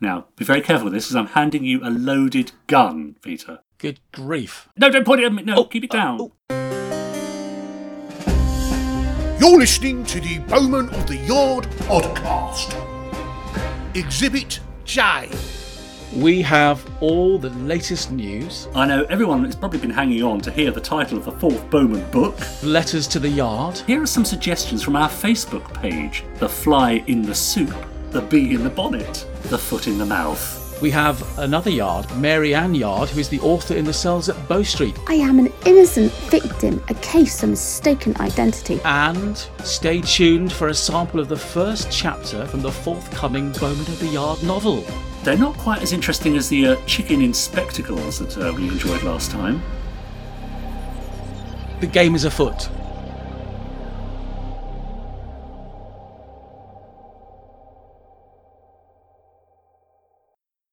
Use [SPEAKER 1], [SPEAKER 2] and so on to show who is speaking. [SPEAKER 1] Now, be very careful with this, because I'm handing you a loaded gun, Peter.
[SPEAKER 2] Good grief.
[SPEAKER 1] No, don't point it at me. No, keep it down.
[SPEAKER 3] You're listening to the Bowman of the Yard podcast. Exhibit J.
[SPEAKER 2] We have all the latest news,
[SPEAKER 1] I know everyone has probably been hanging on to hear the title of the fourth Bowman book.
[SPEAKER 2] letters to the yard,
[SPEAKER 1] Here are some suggestions from our Facebook page The Fly in the Soup, The Bee in the Bonnet, The Foot in the Mouth.
[SPEAKER 2] We have another Yard, Mary Ann Yard, who is the author in the cells at Bow Street,
[SPEAKER 4] I am an innocent victim, a case of mistaken identity.
[SPEAKER 2] and stay tuned for a sample of the first chapter from the forthcoming Bowman of the Yard novel.
[SPEAKER 1] They're not quite as interesting as the uh, chicken in spectacles that uh, we enjoyed last time.
[SPEAKER 2] The game is afoot.